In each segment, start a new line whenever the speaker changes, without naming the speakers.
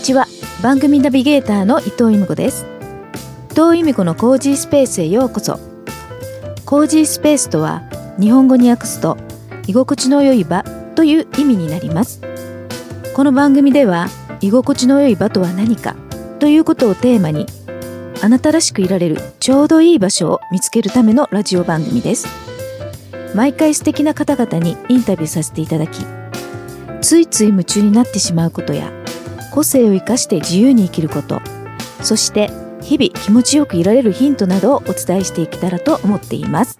ちは番組ナビゲーターの伊藤由美子です伊藤由美子のコージースペースへようこそコージースペースとは日本語に訳すと居心地の良い場という意味になりますこの番組では居心地の良い場とは何かということをテーマにあなたらしくいられるちょうどいい場所を見つけるためのラジオ番組です毎回素敵な方々にインタビューさせていただきついつい夢中になってしまうことや個性を生かして自由に生きることそして日々気持ちよくいられるヒントなどをお伝えしていけたらと思っています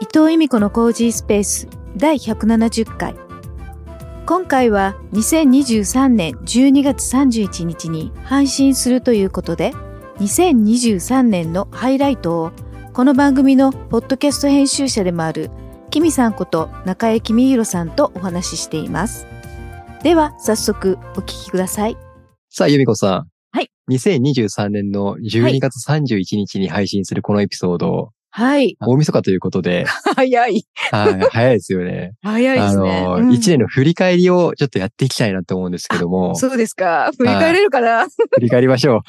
伊藤由美子のコージースペース第170回今回は2023年12月31日に配信するということで2023年のハイライトをこの番組のポッドキャスト編集者でもあるキミさんこと中江公弘さんとお話ししていますでは早速お聞きください
さあ、ゆみこさん。
はい。
2023年の12月31日に配信するこのエピソード、
はい
大晦日ということで、
早い
はい、早いですよね。
早
あの、1年の振り返りをちょっとやっていきたいなと思うんですけども、
うですか振
り返れ
るか なは
振り返りましょう。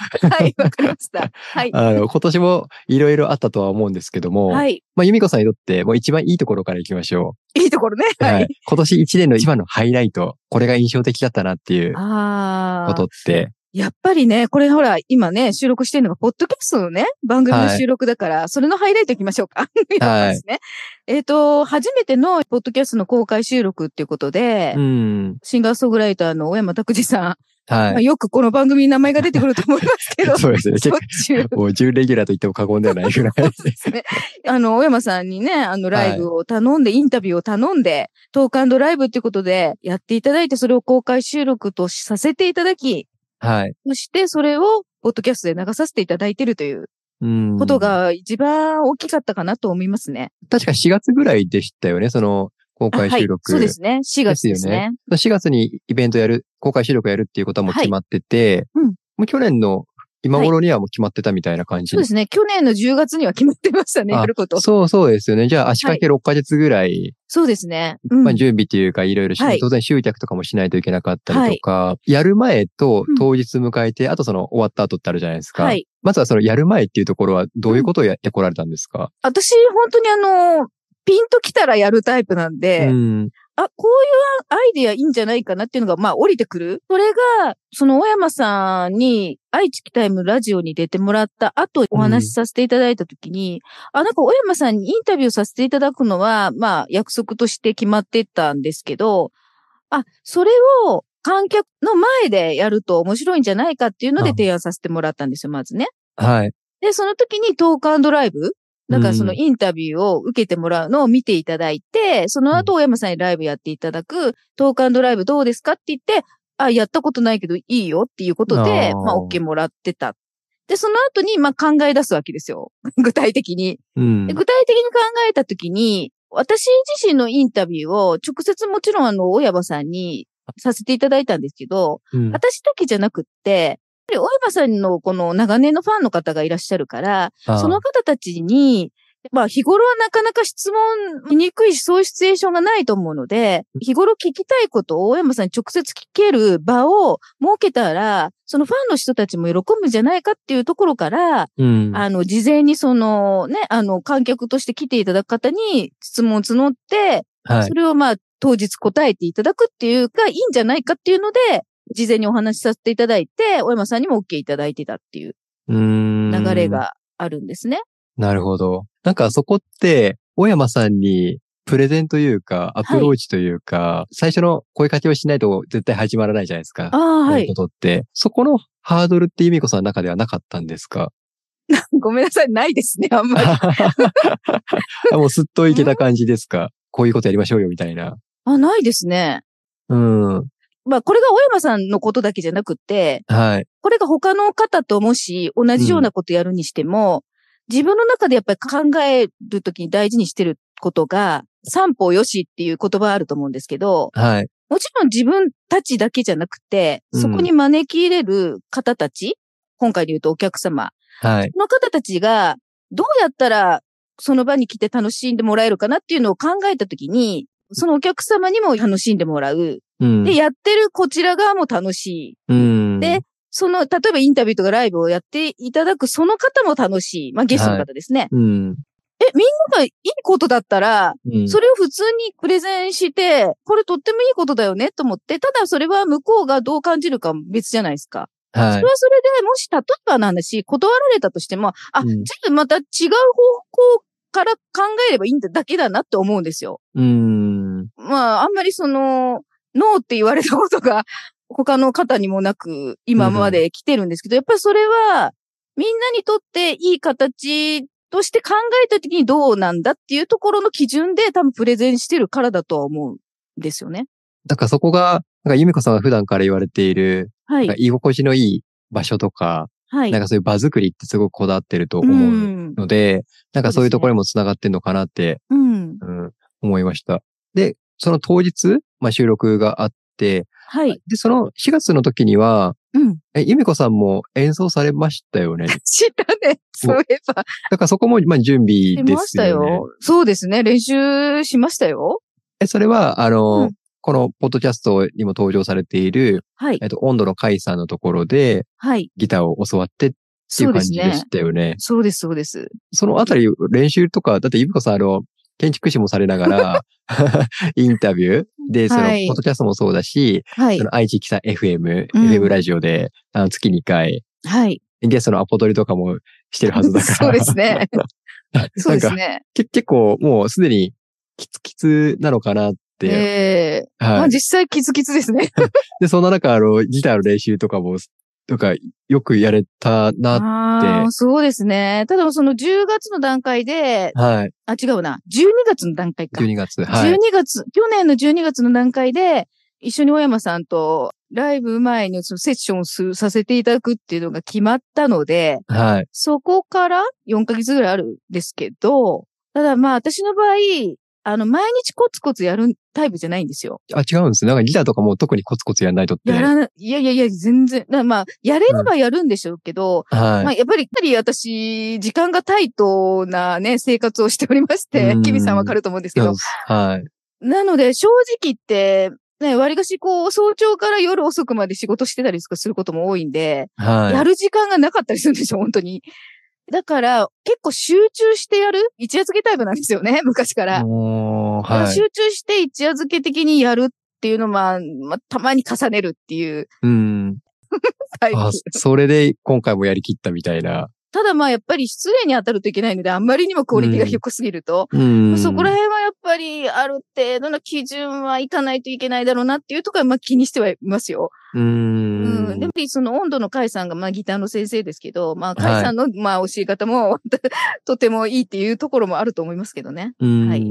いわかりましたはい
あの、今年もいろいろあったとは思うんですけども、
はい
まあ、ゆみこさんにとってもう一番いいところから行きましょ
いいところね。
う。
はい。。
今年1年の一番のハイライト、これが印象的だったなっていう
あ
こ
あ
とって、
やっぱりね、これほら、今ね、収録してるのが、ポッドキャストのね、番組の収録だから、それのハイライトいきましょうか。 みたいですね。えっ、と、初めてのポッドキャストの公開収録っていうことで、
うん。
シンガーソングライターの小山拓司さん、まあ、
はい。
よくこの番組に名前が出てくると思いますけど、し
そうですね。
ょっちゅう。
もう準レギュラーと言っても過言ではないぐらい。
あの、小山さんにね、あの、ライブを頼んで、インタビューを頼んで、トークライブっていうことでやっていただいて、それを公開収録とさせていただき、
はい。
そしてそれを、ポッドキャストで流させていただいてるという
うん
ことが一番大きかったかなと思いますね。
確か4月ぐらいでしたよね、その公
あは
開収
い
録。
そうですね。4月
で
ですす
よね
ね。
4月にイベントやる、公開収録やるっていうことはもう決まってて、
はいうん
もう去年の今頃にはもう決まってたみたいな感じ、
そうですね。去年の10月には決まってましたね、
あ
やること。
そうそうですよね。じゃあ足掛け6ヶ月ぐらい、
そうですね。うん
まあ準備というかいろいろし、
はい
当然集客とかもしないといけなかったりとか、やる前と当日迎えて、あとその終わった後ってあるじゃないですか。
はい。
まずはそのやる前っていうところはどういうことをやってこられたんですか、
私、本当にあの、ピンときたらやるタイプなん
う
で、
ん。
あ、こういうアイディアいいんじゃないかなっていうのが、まあ、降りてくる。それが、その、小山さんに、愛知期タイムラジオに出てもらった後、お話しさせていただいたときに、あ、なんか、小山さんにインタビューさせていただくのは、まあ、約束として決まってたんですけど、あ、それを、観客の前でやると面白いんじゃないかっていうので
あ
提案させてもらったんですよ、まずね。
はい。
で、その時にトークライブだからその
うん
インタビューを受けてもらうのを見ていただいて、その後、大山さんにライブやっていただく、トークライブどうですかって言って、あ、やったことないけどいいよっていうことで、
あー
まあ、OK もらってた。で、その後に、まあ、考え出すわけですよ。 具体的に。
うん
で。具体的に考えた時に、私自身のインタビューを直接もちろんあの、大山さんにさせていただいたんですけど、
うん
私だけじゃなくって、やっぱり大山さんのこの長年のファンの方がいらっしゃるから、その方たちに、まあ日頃はなかなか質問にくいし、そういうシチュエーションがないと思うので、日頃聞きたいことを大山さんに直接聞ける場を設けたら、そのファンの人たちも喜ぶんじゃないかっていうところから、
うん
あの、事前にそのね、あの、観客として来ていただく方に質問を募って、
はい
そ。れをまあ、当日答えていただくっていうか、いいんじゃないかっていうので、事前にお話しさせていただいて、小山さんにも OK いただいてたっていう
流
流れがあるんですね。
なるほど。なんかそこって、小山さんにプレゼンというか、アプローチというか、最初の声かけをしないと絶対始まらないじゃないですか。
ああ、は
こういうこ
い。
とって、そこのハードルって由美子さんの中ではなかったんで すか
ごめんなさい、ないですね、あんまり。
もうすっといけた感じですかこういうことやりましょうよみたいな。
あ、ないですね。
うん。
まあ、これが小山さんのことだけじゃなくって、
はい。
これが他の方ともし同じようなことやるにしても、自分の中でやっぱり考えるときに大事にしてることが、三方よしっていう言葉あると思うんですけど、
はい。
もちろん自分たちだけじゃなくて、
うん
そこに招き入れる方たち、今回で言うとお客様、
はい。
その方たちがどうやったらその場に来て楽しんでもらえるかなっていうのを考えたときに、そのお客様にも楽しんでもらう。
うん。
で、やってるこちら側も楽しい。
うん。
でその、例えばインタビューとかライブをやっていただくその方も楽しい。まあゲストの方ですね。
うん。
なんかいいことだったら、
うん。
それを普通にプレゼンして、これとってもいいことだよねと思って、ただそれは向こうがどう感じるか別じゃないですか。
は
そ
い
れ。はそれで、もし例えばの話、断られたとしても、あ、
うん
じゃあまた違う方向から考えればいいんだだけだなって思うんですよ。
うん。
まあ、あんまりその、ノーって言われたことが 他の方にもなく今まで来てるんですけど、やっぱりそれはみんなにとっていい形として考えた時にどうなんだっていうところの基準で多分プレゼンしてるからだとは思うんですよね。
なんかそこが、なんか由美子さんが普段から言われている、
は
なん
い
か。居心地のいい場所とか、
はい。
なんかそういう場作りってすごくこだわってると
う。
思うんので、なんかそういうところにも繋がってんのかなって、
うん。
うん、思いました。で、その当日、まあ、収録があって、
はい。
で、その4月の時には、
うん。
え、由美子さんも演奏されまし たよね。
知ったね。そういえば。
だからそこも、まあ、準備
出
で
まし
す
た
よ
よ
ね。
そうですね。練習しましたよ。
え、それは、あの、
うん
このポッドキャストにも登場されている、
はい
え。っと、温度の海さんのところで
はい。
ギターを教わってってい
そううで
感
す
じで
ね
し。たよね。
そうです、そうです。
そのあたり練習とか、だってゆぶこさん、あの、建築士もされな がら、インタビューで、その、ポ
はい
ッドキャストもそうだし、
はい
そ。の愛知北 FM、
うん
FM ラジオで、あの、月2回、
はい。
ゲストのアポ取りとかもして るはずだから。
そうですね。そうです
なんか
ね。
け結構、もうすでに、キツキツなのかなって。
ええま
は
あ
い。
実際キツキツですね。
で、そんな中、あの、ギターの練習とかも、とか、よくやれたな。
ああ、そうですね。ただその10月の段階で、
はい。
あ、違うな。12月の段階か。
12月。は
12
い。
月、去年の12月の段階で、一緒に大山さんとライブ前にそのセッションをすさせていただくっていうのが決まったので、
はい。
そこから4ヶ月ぐらいあるんですけど、ただまあ私の場合、あの、毎日コツコツやるタイプじゃないんですよ。
あ、違うんですね。なんかギターとかも特にコツコツやんないとって。
やらな、いやいやいや、全然。だまあ、やれればやるんでしょうけど、
はい
まあ、。やっぱり、やっぱり私、時間がタイトなね、生活をしておりまして
うん、
キミさんわかると思うんですけ
そ
ど
う。はい。
なので、正直言って、ね、割がしこう、早朝から夜遅くまで仕事してたりすることも多いんで、
はい。
やる時間がなかったりするんですよ、本当に。だから、結構集中してやる一夜漬けタイプなんですよね、昔から。
おーはい。
集中して一夜漬け的にやるっていうのも、まあ、まあ、たまに重ねるっていう
うん。
タイプ。
あ、それで今回もやりきったみたいな。
ただまあやっぱり失礼に当たるといけないので、あんまりにもクオリティが低すぎると、
うん。
そこら辺はやっぱりある程度の基準はいかないといけないだろうなっていうところはまあ気にしてはいますよ。
う。
うんん。でもやっぱりその温度の甲斐さんがまあギターの先生ですけど、まあ甲斐さんのまあ教え方もとてもいいっていうところもあると思いますけどね。
うん
はい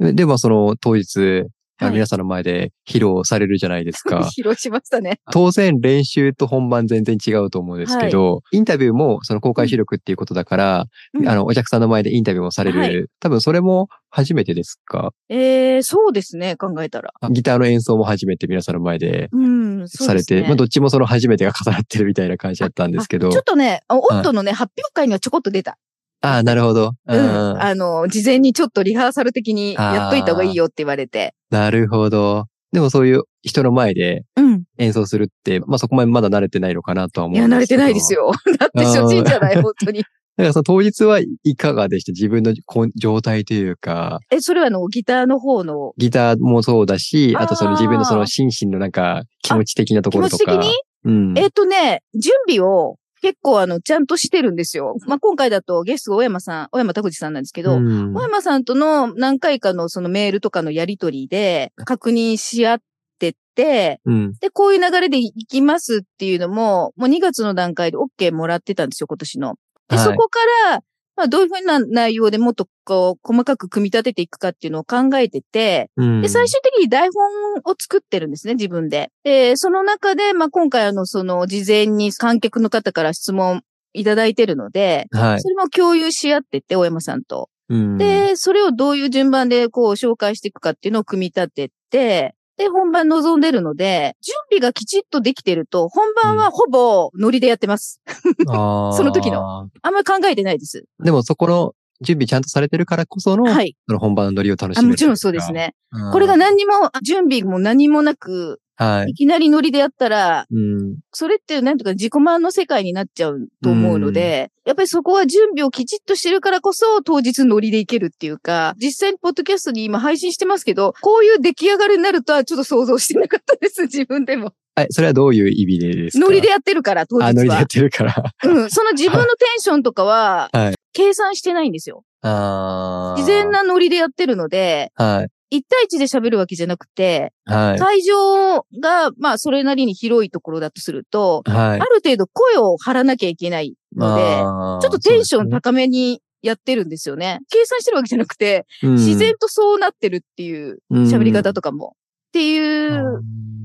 ででもその当日、あ
はい
皆さんの前で披露されるじゃないで すか。
披露しましたね。
当然練習と本番全然違うと思うんですけど、インタビューもその公開収録っていうことだから、
うん
あの、お客さんの前でインタビューもされる。
は
多分それも初めてですか
えー、そうですね、考えたら。
ギターの演奏も初めて皆さんの前で
うん、そう
さ
で
れ
す
て、
ね。
まあどっちもその初めてが重なってるみたいな感じだったんですけど。
あちょっとね、あ
はい
温度のね、発表会にはちょこっと出た。
ああ、なるほど。
う
う
んん。あの、事前にちょっとリハーサル的にやっといた方がいいよって言われて。
なるほど。でもそういう人の前で
うん。
演奏するって、まあそこまでまだ慣れてないのかなとは思
いうや、
ん
慣れ
け
て
ど
ないです。よ。 だって初心じゃない、本当に。
だからその当日はいかがでした自分のこん状態というか、
え、それはあの、ギターの方の
ギターもそうだし、
あー
あとその自分のその心身のなんか気持ち的なと
気
ころ
持
と
ち
か。
的に
うん。
えっとね、準備を結構あの、ちゃんとしてるんですよ。まあ、今回だとゲストが小山さん、小山拓司さんなんですけど、
うん
小山さんとの何回かのそのメールとかのやりとりで確認し合ってて、
うん。
で、こういう流れで行きますっていうのも、もう2月の段階で OK もらってたんですよ、今年の。で、
はい
そこから、まあ、どういうふうな内容でもっとこう、細かく組み立てていくかっていうのを考えてて、
うん
で、最終的に台本を作ってるんですね、自分で。で、その中で、まあ、今回あの、その、事前に観客の方から質問いただいてるので、
はい。
それも共有し合ってて、大山さんと。
うん、
で、それをどういう順番でこう紹介していくかっていうのを組み立てて、で、本番望んでるので、準備がきちっとできてると、本番はほぼノリでやってます。
そ
その時の。あんまり考えてないです。
でもそこの準備ちゃんとされてるからこその、
はい。
その本番のノリを楽し
あ
める。
もちろんそうです。ね。
うん
これが、何にも、あ準備も何もなく、
はい。
いきなりノリでやったら、
うん。
それってなんとか自己満の世界になっちゃうと思うので、やっぱりそこは準備をきちっとしてるからこそ当日ノリでいけるっていうか、実際にポッドキャストに今配信してますけど、こういう出来上がりになるとはちょっと想像してなかったです、 自分でも。
はい、それはどういう意味でですか
ノリでやってるから、当日は。
あ、ノリでやってる から。
うん、その自分のテンションとかは、
はい
計算してないんですよ。
あー
事前。なノリでやってるので、
はい。
一対一で喋るわけじゃなくて、
はい。
会場が、まあ、それなりに広いところだとすると、
はい
あ。る程度声を張らなきゃいけないので、
あー
ちょっとテンショ
そ
ン
うですね
高めにやってるんですよね。計算してるわけじゃなくて、
うん
自然とそうなってるっていう喋り方とかも。っていう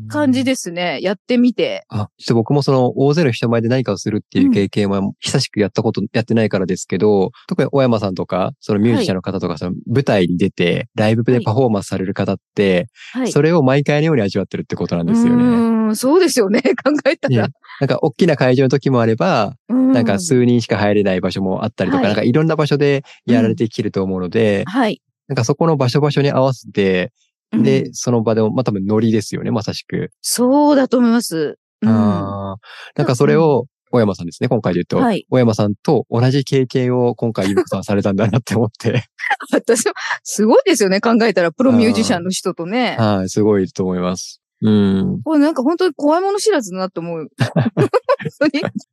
感じ。
うん
ですね。やってみて。
あ、ちょっと僕もその大勢の人前で何かをするっていう経験は久しくやったこと、やってないからですけど、特に小山さんとか、そのミュージシャンの方とか、その舞台に出て、ライブでパフォーマンスされる方って、
はい。
それを毎回のように味わってるってことなんですよ
う
ね。
ーんそうですよね。 考えたら
ね。なんか大きな会場の時もあれば、な
なん
か数人しか入れない場所もあったりとか、
はい
なんかいろんな場所でやられてきてると思うので、
はい。
なんかそこの場所場所に合わせて、で
う、ん
その場でも、まあ、多分ノリですよね、まさしく。
そうだと思います。うん
あーなんかそれを、小山さんですね、今回で言うと。
はい
小山さんと同じ経験を今回、ゆうこさんはされたんだなって思 って、
私も、すごいですよね。考えたら、プロミュージシャンの人とね。
はい、すごいと思います。うん。
これなんか本当に怖いもの知らずだなと 思う。本当に。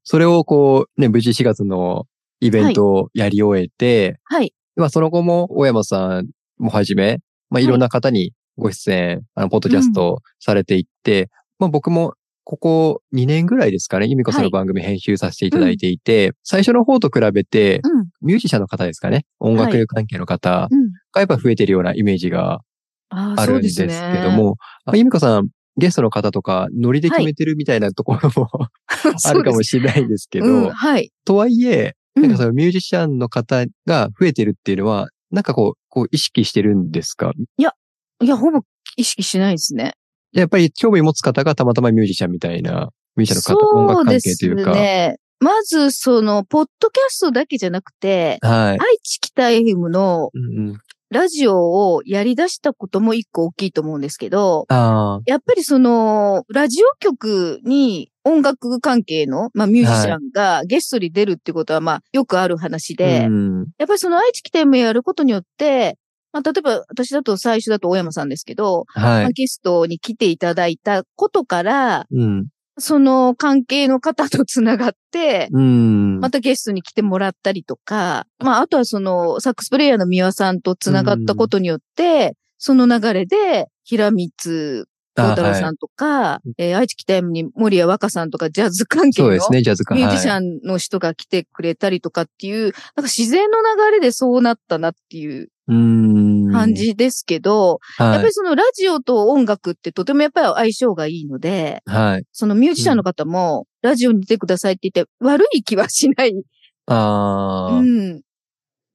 それをこう、ね、無事4月のイベントをやり終えて、
はい。
まあ、その後も、小山さんもはじめ、まあ、いろんな方にご出演、あの、ポッドキャストされていって、まあ、僕も、ここ2年ぐらいですかね、由美子さ
は
んの
い
番組編集させていただいていて、最初の方と比べて、
うん。
ミュージシャンの方ですかね、音楽関係の方
うん。
がやっぱ増えてるようなイメージが
あー
あるんですけど。も、あ由美子さん、ゲストの方とか、ノリで決めてるみたいなところも、
そうですね
あるかもしれないんですけど、
うん、はい。
とはいえ、
うん
なんかそのミュージシャンの方が増えてるっていうのは、なんかこう、こう意識してるんですか
いや、ほぼ意識しないですね。
やっぱり興味持つ方がたまたまミュージシャンみたいな、ミュージシャンの方、音
そ
楽
う
関
で
係とい
す
うか。
ね。まず、その、ポッドキャストだけじゃなくて、
は
愛
い。
知北 FM の
うんうん、
ラジオをやり出したことも一個大きいと思うんですけど、
あ
やっぱりその、ラジオ局に音楽関係の、まあミュージシャンがゲストに出るってことは、まあよくある話
あ。
で、
うん
やっぱりその愛知北 FM やることによって、まあ例えば私だと最初だと大山さんですけど、
は
まあ
い。
ゲストに来ていただいたことから、
うん。
その関係の方とつながって、
うん。
またゲストに来てもらったりとか、まあ、あとはその、サックスプレイヤーの三輪さんとつながったことによって、その流れで、平光孝太郎
あ
さ
はい
んとか、えー愛知北山に森谷若さんとか、ジャズ関係
そ
の
う
ミ
ですね、ジャズ感。
ュージシ
はい
ャンの人が来てくれたりとかっていう、なんか自然の流れでそうなったなっていう
うん
感。じですけど、やっ
は
ぱ
い。
りそのラジオと音楽ってとてもやっぱり相性がいいので、
はい。
そのミュージシャンの方も、ラジオに出てくださいって言って、悪い気はしない、
ああ。
うん、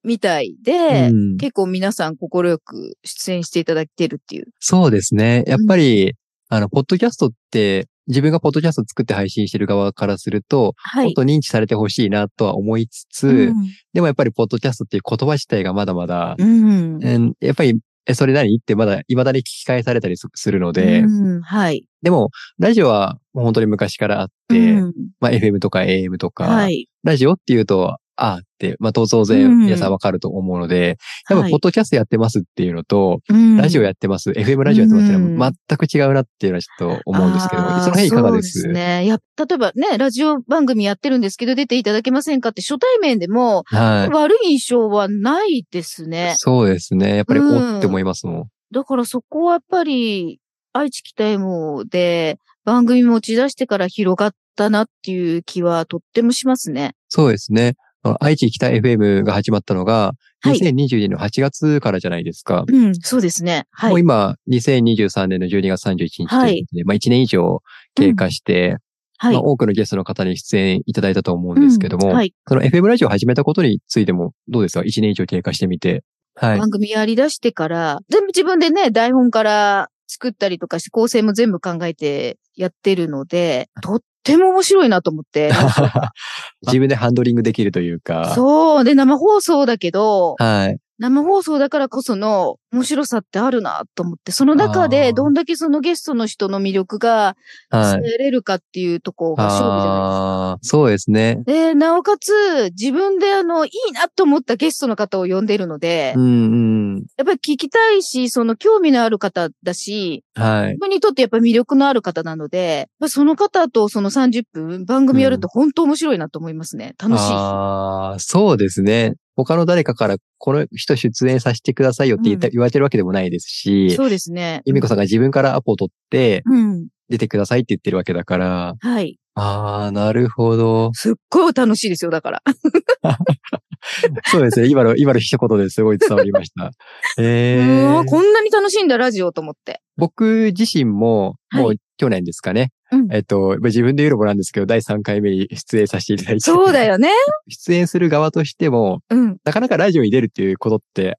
みたいで、
うん
結構皆さん心よく出演していただいてるっていう。
そうですね。やっぱり、あの、ポッドキャストって、自分がポッドキャスト作って配信してる側からすると、
は
もっ
い。
と認知されてほしいなとは思いつつ、でもやっぱりポッドキャストっていう言葉自体がまだまだ、
うん。
うんやっぱり、え、それ何ってまだ、未だに聞き返されたりすするので、
うん、はい。
でも、ラジオはもう本当に昔からあって、
うん
まあ FM とか AM とか、
はい。
ラジオっていうと、ああって、まあ当
う
然
ん
皆さんわかると思うので、やっぱポッドキャストやってますっていうのと、ラジオ
や
やってます、FM ラジオやってますっていうの
う
は
ん
全く違うなっていうのはちょっと思うんですけど、そ
あー
の辺いかがで
そ
す
うですね。やっぱ例えばね、ラジオ番組やってるんですけど、出ていただけませんかって初対面でも、
は
悪い印象はないですね
い。。そうですね。やっぱり
うん
おって思いますもん。
だからそこはやっぱり、愛知北 M で番組持ち出してから広がったなっていう気はとってもしますね。
そうですね。あの愛知北 FM が始まったのが、
はい
2022年の8月からじゃないですか。
うん、そうですね。は
もう
い。
今、2023年の12月31日ということで、
はい
まあ1年以上経過して、
はい
まあ、。多くのゲストの方に出演いただいたと思うんですけども、
うんはい。
その FM ラジオを始めたことについてもどうですか ?1 年以上経過してみて。はい。
番組やり出してから、全部自分でね、台本から作ったりとかして、構成も全部考えてやってるの で、とっても面白いなと思って。
自分でハンドリングできるというか。
そう。で、生放送だけど、
はい。
生放送だからこその面白さってあるなと思って、その中
あ
で
ー
どんだけそのゲストの人の魅力が
はい。
伝えれるかっていうところが勝負じゃないですか。
ああー、そうですね。
で、なおかつ、自分であの、いいなと思ったゲストの方を呼んでるので、
うんうん。
やっぱり聞きたいし、その興味のある方だし、
はい。
自分にとってやっぱり魅力のある方なので、やっぱその方とその30分番組やると本当面白いなと思いますね。楽しい。
ああ、そうですね。他の誰かからこの人出演させてくださいよって言った、
うん
言われてるわけでもないですし、
そうですね。
ゆみこさんが自分からアポを取って
うん。
出てくださいって言ってるわけだから、
はい。
ああ、なるほど。
すっごい楽しいですよ、だから。
そう ですね。今の、今の一言ですごい伝わりました。ええ
うわこんなに楽しいんだ、ラジオと思って。
僕自身も、も
は
う去年ですかね。
うん
えっと、自分で言うのもなんですけど、第3回目に出演させていただいて。
そうだ。よね。
出演する側としても、
うん。
なかなかラジオに出るっていうことって、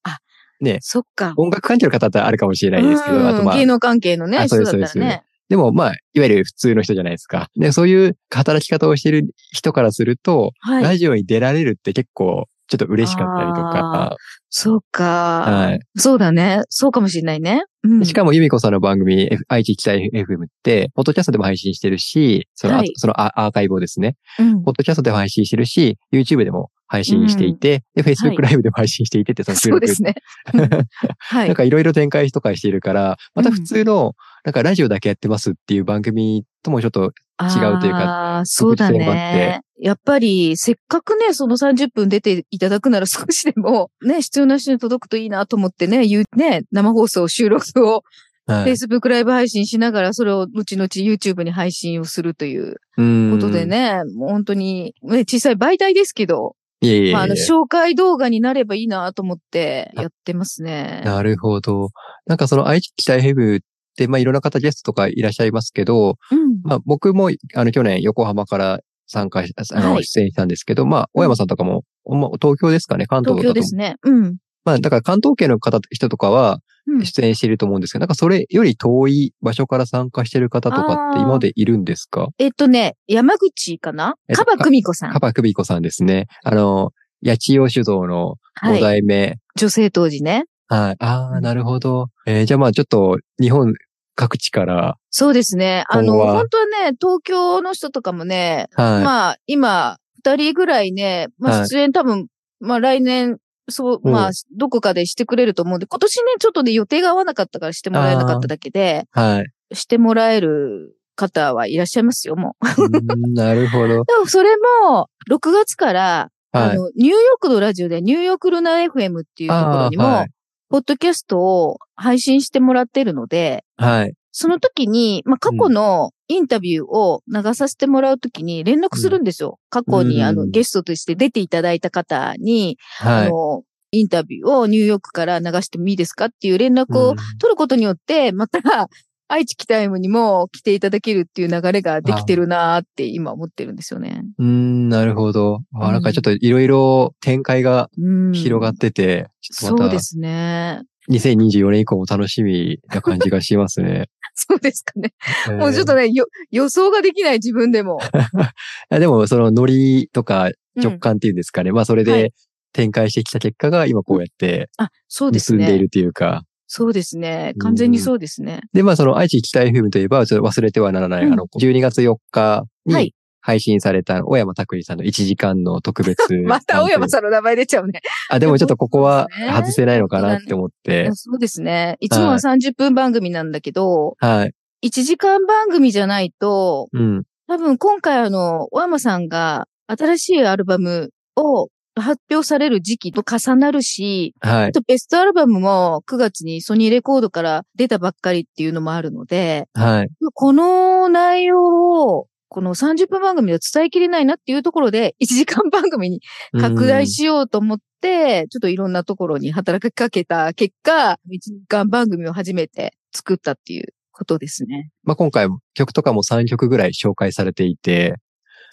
そっか。
音楽関係の方だったらあるかもしれないですけ
うん
ど、あとまあ
芸、能関係のね、
あそう
人
で
だ
す
ったら
そうで
ね。
でもまあ、いわゆる普通の人じゃないですか。で、そういう働き方をしている人からすると、
はい。
ラジオに出られるって結構、ちょっと嬉しかったりとか、
そうか。
はい。
そうだね。そうかもしれないね。うん。
しかも、由美子さんの番組、F- 愛知北 FM って、ポッドキャストでも配信してるし、その、あ
はい
そのアアーカイブをですね、
うん
ポッドキャストでも配信してるし、YouTube でも配信していて、で、
はい
Facebook ライブでも配信していてって、その収
そう
録。
ですね。は
なん
い。
かいろいろ展開とかしているから、また普通の、なんかラジオだけやってますっていう番組ともちょっと、違うという
か。そうだ
特徴があって
ね。やっぱり、せっかくね、その30分出ていただくなら少しでも、ね、必要な人に届くといいなと思ってね、言う、ね、生放送収録を、
はい
Facebook ライブ配信しながら、それを後々 YouTube に配信をするという
うん
ことで。ね、もう本当に、ね、小さい媒体ですけど、
いえいえいえ
まあ、あの、紹介動画になればいいなと思ってやってますね。
なるほど。なんかその愛知北 FM って、まあいろんな方ゲストとかいらっしゃいますけど、
うん。
まあ僕も、あの、去年横浜から参加し、あ
は
の、
い
出演したんですけど、まあ、大山さんとかも、まあ東京ですかね、関東
東
だと。
京ですね。うん。
まあ、だから関東圏の方、人とかは
うん
出演していると思うんですけど、なんかそれより遠い場所から参加してる方とかって
あー
今までいるんですか
えっとね、山口かな
えっと
カバクミコさん
カ。バクビコさんですね。あの、八千代酒造の
は
5
い。
代目。
女性当時ね。
はい。あ
う
あ、
ん
なるほど。えーじゃあまあちょっと日本各地から、
そうですね。あの、
今後は
本当はね、東京の人とかもね、
はい。
まあ、今、二人ぐらいね、ま
は
あ、
い
出演多分、まあ、来年、そう、まあ
う、
どこかでしてくれると思うんで、今年ね、ちょっとね、予定が合わなかったからしてもらえなかっただけで、
はい。
してもらえる方はいらっしゃいますよ、もう。
うーんなるほ
で
ど。
も、それも、6月から、
は
あ
い。
の、ニューヨークのラジオで、ニューヨークルナ FM っていうところにも、
あーはい
ポッドキャストを配信してもらってるので、
はい。
その時に、まあ、過去のインタビューを流させてもらう時に連絡するんですよ。過去
う
に、
ん
あの、ゲストとして出ていただいた方に、
は
あ
い。
の、インタビューをニューヨークから流してもいいですかっていう連絡を
うん
取ることによって、 また、愛知期タイムにも来ていただけるっていう流れができてるなーって今思ってるんですよね。
うーん、なるほど。
う
あ
ん
なんかちょっといろいろ展開が
うん。
広がってて、ち
そ
ょっと
う
ま
で
た
すね。
2024年以降も楽しみな感じがしますね。
そうですかね。 もうちょっ
え
とね、よ、予想ができない自分で も。
ー。いやでもそのノリとか
うん
直感っていうんですかね。まあそれ
は
で展開してきた結果が今こうやって
あ、そうです
結んでい
ね。
るというか。
そうですね。
うん
完全にそうですね。
で、まあその愛知北 FM といえば、ちょっと忘れてはならない、
うん
あの、12月4日
は
に
い
配信された小山拓司さんの1時間の特別
。また青山さんの名前出ちゃうね。
あ、でもちょっとここは
そうですね
外せないのかなって思って。
そうですね。いつもは30分番組なんだけど、
はい。
1時間番組じゃないと、
うん。
多分今回あの、小山さんが新しいアルバムを発表される時期と重なるし、
は
あ
い。
とベストアルバムも9月にソニーレコードから出たばっかりっていうのもあるので、
はい。
この内容をこの30分番組では伝えきれないなっていうところで、1時間番組に拡大しようと思って、ちょっといろんなところに働きかけた結果、1時間番組を初めて作ったっていうことですね。
まあ、今回も曲とかも3曲ぐらい紹介されていて、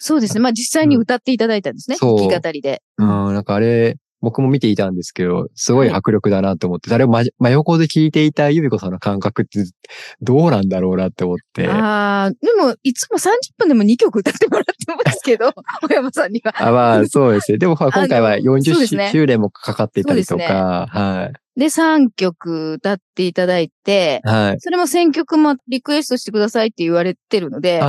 そうですね。まあ実際に歌っていただいたんですね。
うん
弾き語りで。
うん、なんかあれ、僕も見ていたんですけど、すごい迫力だなと思って、あれを真真横で聞いていたゆびこさんの感覚ってどうなんだろうなって思って、
あ
あ
あ、でも、いつも30分でも2曲歌ってもらってますけ ど、小山さんには。
ま あそうですね。でもまあ今回は
あのそうです
40
ね
周年もかかっていたりと
そうですね
か、は
で、3曲歌っていただいて
い。、はい。
それも選曲もリクエストしてくださいって言われてるので、
あ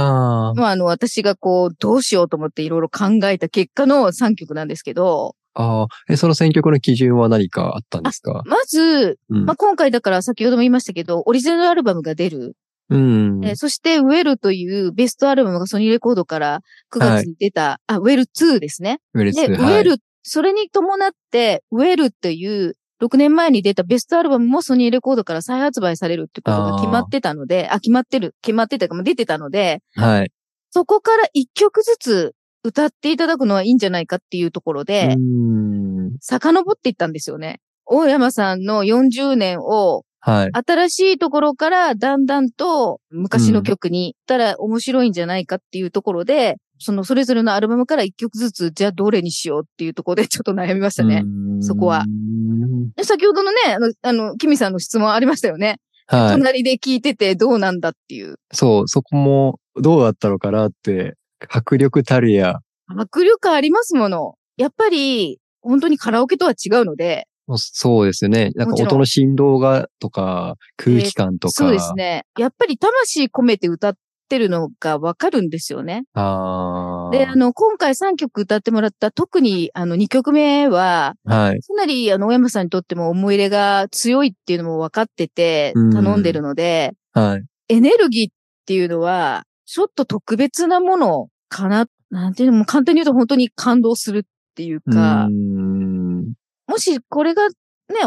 ー
まあ、あの、私がこう、どうしようと思っていろいろ考えた結果の3曲なんですけど、
あー。え、その選曲の基準は何かあったんですか
まず、
うん
まあ、。今回だから先ほども言いましたけど、オリジナルアルバムが出る。
うん。
えーそして、ウェルというベストアルバムがソニーレコードから9月に出た、あ、ウェル2ですね。
ウェルス
で、ウ
は
ェ
い
ル、それに伴って、ウェルという、6年前に出たベストアルバムもソニーレコードから再発売されるってことが決まってたので、あ決まってる、決まってたかも出てたので、
はい。
そこから1曲ずつ歌っていただくのはいいんじゃないかっていうところで、
うん。
遡っていったんですよね。大山さんの40年を
はい。
新しいところからだんだんと昔の曲に行ったら面白いんじゃないかっていうところで、そのそれぞれのアルバムから一曲ずつ、じゃあどれにしようっていうところでちょっと悩みましたね。
うん
そこは。で先ほどのね、あの、あの、キミさんの質問ありましたよね。
はい。
隣で聞いててどうなんだっていう。
そう、そこもどうだったのかなって、迫力たるや、
迫力ありますもの。やっぱり、本当にカラオケとは違うので、
もうそうですよね。なんか
もちろん
音の振動がとか、空気感とか。
そうですね。やっぱり魂込めて歌ってるのがわかるんですよね。
あ
で、あの、今回3曲歌ってもらった特にあの2曲目は、
あ。はい。
かなりあの、大山さんにとっても思い入れが強いっていうのも分かってて、
うん
頼んでるので、
はい。
エネルギーっていうのは、ちょっと特別なものかな、なんていうのもう簡単に言うと本当に感動するっていう
うー
か、
ん。
もしこれがね、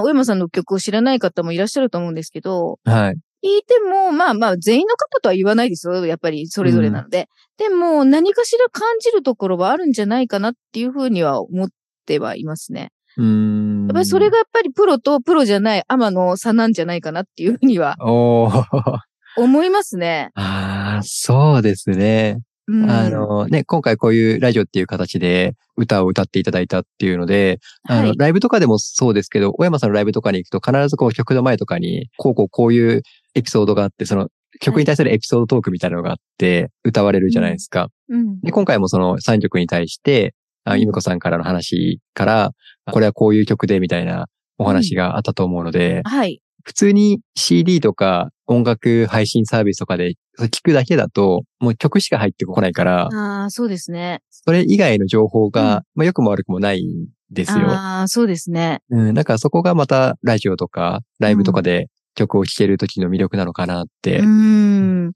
大山さんの曲を知らない方もいらっしゃると思うんですけど、
はい。
聞いても、まあまあ、全員の方とは言わないですよ。やっぱり、それぞれなので。でも、何かしら感じるところはあるんじゃないかなっていうふうには思ってはいますね。
うーん。
やっぱりそれ。がやっぱりプロとプロじゃない天の差なんじゃないかなっていうふうには
おー
思いますね。
ああ、そうですね。
うん、
あ、の、ね、今回こういうラジオっていう形で歌を歌っていただいたっていうので、あ
は
の、
い。
ライブとかでもそうですけど、小山さんのライブとかに行くと必ずこう曲の前とかに、こうこうこういうエピソードがあって、その曲に対するエピソードトークみたいなのがあって、歌われるじゃないですか。
うん。
で、今回もその3曲に対して、あゆみこさんからの話から、これはこういう曲でみたいなお話があったと思うので、
はい。
普通に CD とか音楽配信サービスとかでそれ聞くだけだと、もう曲しか入ってこないから、
ああ、そうですね。
それ以外の情報
う
が、まあ良くも悪くもないんですよ。
ああ、そうですね。
うん、だからそこがまたラジオとかライブとかで曲を聴ける時の魅力なのかなって。
うん。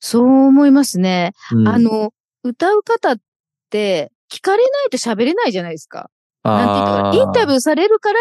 そう思いますね。
うん
あ、の、歌う方って、聞かれないと喋れないじゃないですか。なんていうか、インタ
ュ
ビューされるから、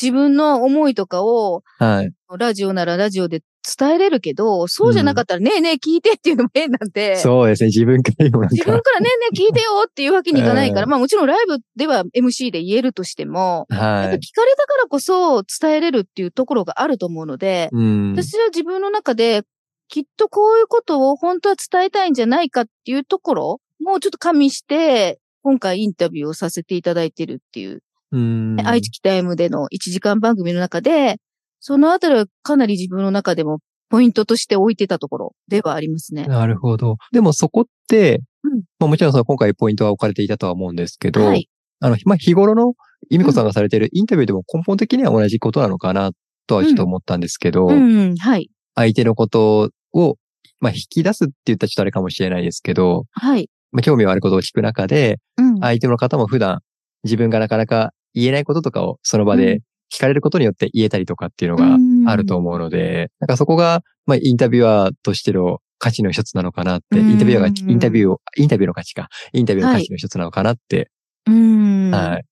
自分の思いとかを、
ー。はい。
ラジオならラジオで伝えれるけど、そうじゃなかったら、ねえねえ聞いてっていうのも変なんで、
そうですね、自分からもなん
自分
か。
からねえねえ聞いてよっていうわけにいかないから、
え
まあもちろんライブでは MC で言えるとしても、やっ
は
ぱ
い。
聞かれたからこそ伝えれるっていうところがあると思うので、
うん。
私は自分の中で、きっとこういうことを本当は伝えたいんじゃないかっていうところ、もうちょっと加味して、今回インタビューをさせていただいてるっていう
うん
愛知キタイムでの1時間番組の中で、そのあたりはかなり自分の中でもポイントとして置いてたところではありますね。
なるほど。でもそこって、
うん
まあもちろんその今回ポイントは置かれていたとは思うんですけど、
はい。
あの、まあ日頃の由美子さんがされているインタビューでも根本的には同じことなのかなとはちょっと思ったんですけど、
うん、はい。
相手のことを、まあ引き出すって言ったらちょっとあれかもしれないですけど、
はい。
まあ興味はあることを聞く中で、
うん。
相手の方も普段自分がなかなか言えないこととかをその場
う
で聞かれることによって言えたりとかっていうのが
うん
あると思うので、なんかそこが、まあ、インタビュアーとしての価値の一つなのかなって、
うん
インタビュアーが、インタビューを、インタビューの価値か、インタビューの価値の一つなのかなって、
うん。
はい、思いま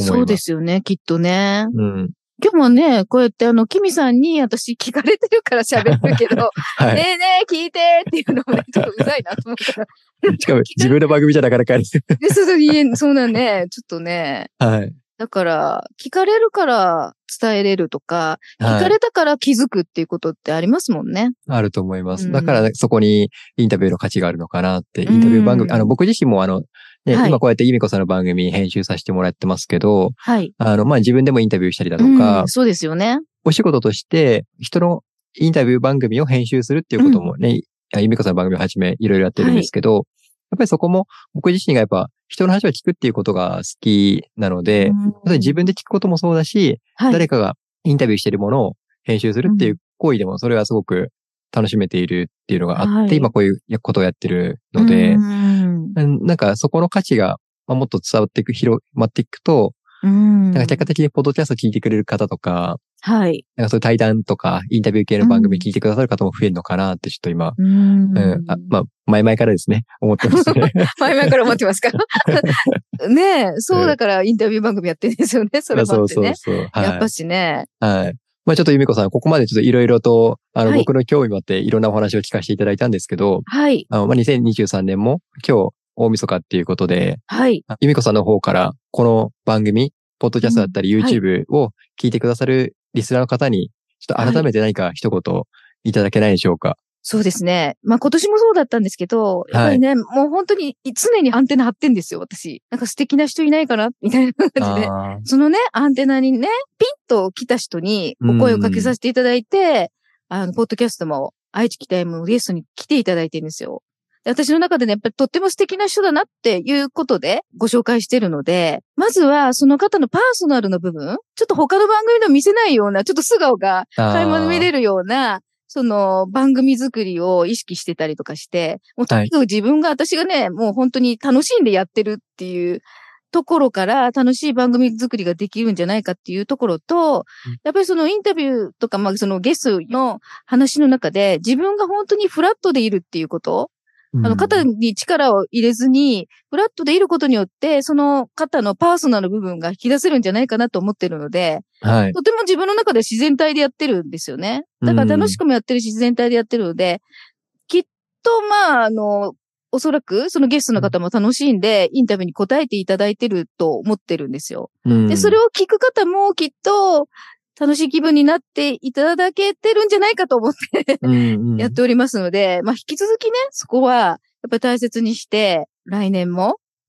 す。
そうですよね、きっとね。
うん。
今日もね、こうやってあの、キミさんに私聞かれてるから喋ってるけど、
は
ね
い。
えねえ、聞いてっていうのもね、ちょっとうざいなと思うから。
しかも自分の番組じゃなかなかあり
で、そうそう、言えそうだね。ちょっとね。
はい。
だから、聞かれるから伝えれるとか、聞
は
か
い。
れたから気づくっていうことってありますもんね。
あると思いま
う
す。
ん
だからねそこにインタビューの価値があるのかなって、インタビュー番
う
組、
ん
あの、僕自身もあの、ね、
はい
今こうやってゆみこさんの番組編集させてもらってますけど、
はい。
あの、まあ、自分でもインタビューしたりだと
う
か
ん、そうですよね。
お仕事として人のインタビュー番組を編集するっていうこともね、あゆみこさんの番組をはじめいろいろやってるんですけど、やっぱりそこも僕自身がやっぱ人の話を聞くっていうことが好きなので、
うん
本当に自分で聞くこともそうだし、
はい
誰かがインタビューしてるものを編集するっていう行為でもそれはすごく楽しめているっていうのがあって、
はい
今こういうことをやってるので、
うん
なんかそこの価値がまあもっと伝わっていく、広まっていくと、
うん
なんか結果的にポッドキャスト聞いてくれる方とか、
はい。
なんかそういう対談とか、インタビュー系の番組聞いてくださる方も増えるのかなって、ちょっと今、
うん
うん、あまあ、前々からですね、 思ってますね。
前々から思って ますからねえ、そうだからインタビュー番組やってるんですよね、 それ
そ
もあっ
う
て
そう
ね。
そう。
やっ
は
ぱしね。
い。はい。まあちょっとゆみこさん、ここまでちょっといろいろと、あの、
はい
僕の興味もあって、いろんなお話を聞かせていただいたんですけど、
はい。
あの、まあ、2023年も今日、大晦日っていうことで、
はい。
あゆみこさんの方から、この番組、ポッドキャストだったり
うんはい
YouTube を聞いてくださるリスナーの方に、ちょっと改めて何か一言いただけないでしょうか。
そうですね。まあ今年もそうだったんですけど、やっぱりね、もう本当に常にアンテナ張ってんですよ、私。なんか素敵な人いないかなみたいな感じで。
あ
そのね、アンテナにね、ピンと来た人に
うん
お声をかけさせていただいて、あの、ポッドキャストも愛知期待もゲストに来ていただいてるんですよ。で私の中でね、やっぱりとっても素敵な人だなっていうことでご紹介してるので、まずはその方のパーソナルの部分、ちょっと他の番組の見せないような、ちょっと素顔が
ーあー。
垣間見れるような、その番組作りを意識してたりとかして、もうとにかく自分が、私がね、もう本当に楽しんでやってるっていうところから楽しい番組作りができるんじゃないかっていうところと
うん、
やっぱりそのインタビューとか、まあそのゲストの話の中で自分が本当にフラットでいるっていうことあ
う
の、
ん
肩に力を入れずに、フラットでいることによって、その肩のパーソナル部分が引き出せるんじゃないかなと思ってるので、
はい。
とても自分の中で自然体でやってるんですよね。だから楽しくもやってるし、自然体でやってるので、きっと、まあ、あの、おそらく、そのゲストの方も楽しんで、インタビューに答えていただいてると思ってるんですよ。
で
で、それを聞く方もきっと、楽しい気分になっていただけてるんじゃないかと思って、やっておりますので、まあ、引き続きね、そこは、やっぱり大切にして、来年も、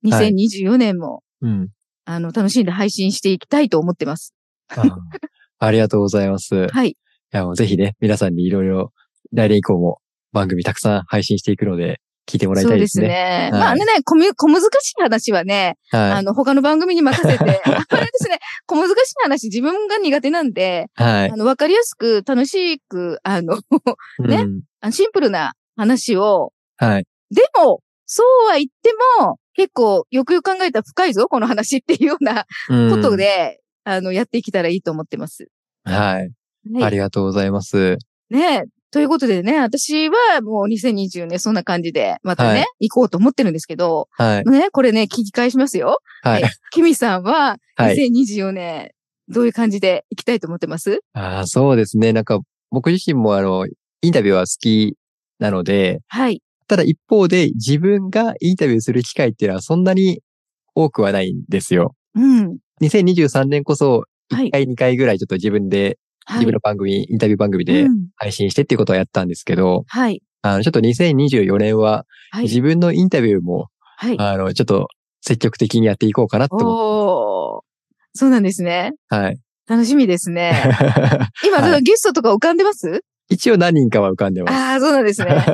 はい
2024年も、
うん。
あの、楽しんで配信していきたいと思ってます。
あー ありがとうございます。い
はい。
や、もうぜひね、皆さんにいろいろ来年以降も番組たくさん配信していくので、聞いてもらい
そ
た
う
い
で
ですすね。
ね。
はい
まあね、小む小難しい話はね、あ
は
の、他の番組に任せて、あ んまり私ね、小難しい話自分が苦手なんで、
い。はい
あ。の、わかりやすく楽しく、あの、 ね
うん
あのシンプルな話を、
はい。
でも、そうは言っても、結構、よくよく考えたら深いぞ、この話っていうような
こ
こと。で、あの、やっていけたらいいと思ってます。
はい。
はい
ありがとうございます。
ねということでね、私はもう2020年そんな感じで、またね、
はい
行こうと思ってるんですけど、
はい。
ね、これね、聞き返しますよ。
はい
え。キミさんは、
はい。
2024年、どういう感じでいきたいと思ってます
ああ、そうですね。なんか、僕自身もあの、インタビューは好きなので、
はい。
ただ一方で自分がインタビューする機会っていうのはそんなに多くはないんですよ。
うん。
2023年こそ
はい
1回2回ぐらいちょっと自分で、
はい。
自分の番組、インタビュー番組で
うん
配信してっていうことはやったんですけど、
はい。
あの、ちょっと2024年は
はい。
自分のインタビューも、
はい。
あの、ちょっと積極的にやっていこうかなって思って、
おー。そうなんですね。
はい。
楽しみですね。今、
はい
ゲストとか浮かんでます
一応何人かは浮かんでます。
ああ、そうなんです ね。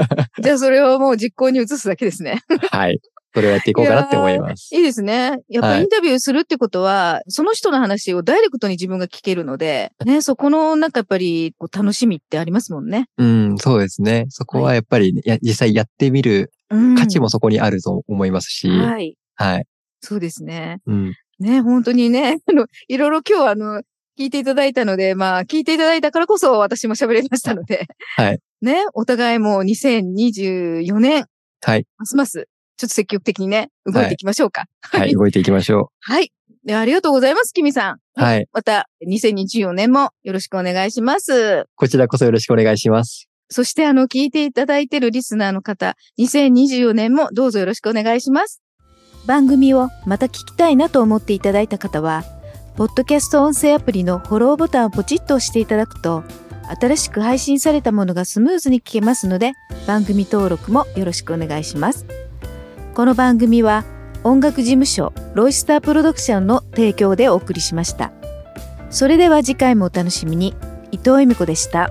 じゃあ、それをもう実行に移すだけですね。
はい。それをやっていこうかなって思います。
いいですね。やっぱ
はい
インタビューするってことは、その人の話をダイレクトに自分が聞けるので、ね、そこの、なんかやっぱり、こう楽しみってありますもんね。
うん、そうですね。そこはやっぱり、や実際やってみる
うん
価値もそこにあると思いますし、
はい。
はい。
そうですね。
うん。
ね、本当にね、 あの、いろいろ今日あの、聞いていただいたので、まあ、聞いていただいたからこそ私も喋れましたので。
はい。
ね、お互いもう2024年、
はい。
ますます、ちょっと積極的にね、動いていきましょうか。
はい、動いていきましょう。
はい。
でありがとうございます、キミさん。
はい。
また、2024年もよろしくお願いします。
こちらこそよろしくお願いします。
そして、あの、聞いていただいてるリスナーの方、2024年もどうぞよろしくお願いします。
番組をまた聞きたいなと思っていただいた方は、ポッドキャスト音声アプリのフォローボタンをポチッと押していただくと、新しく配信されたものがスムーズに聞けますので、番組登録もよろしくお願いします。この番組は、音楽事務所ロイスタープロダクションの提供でお送りしました。それでは次回もお楽しみに。伊藤恵美子でした。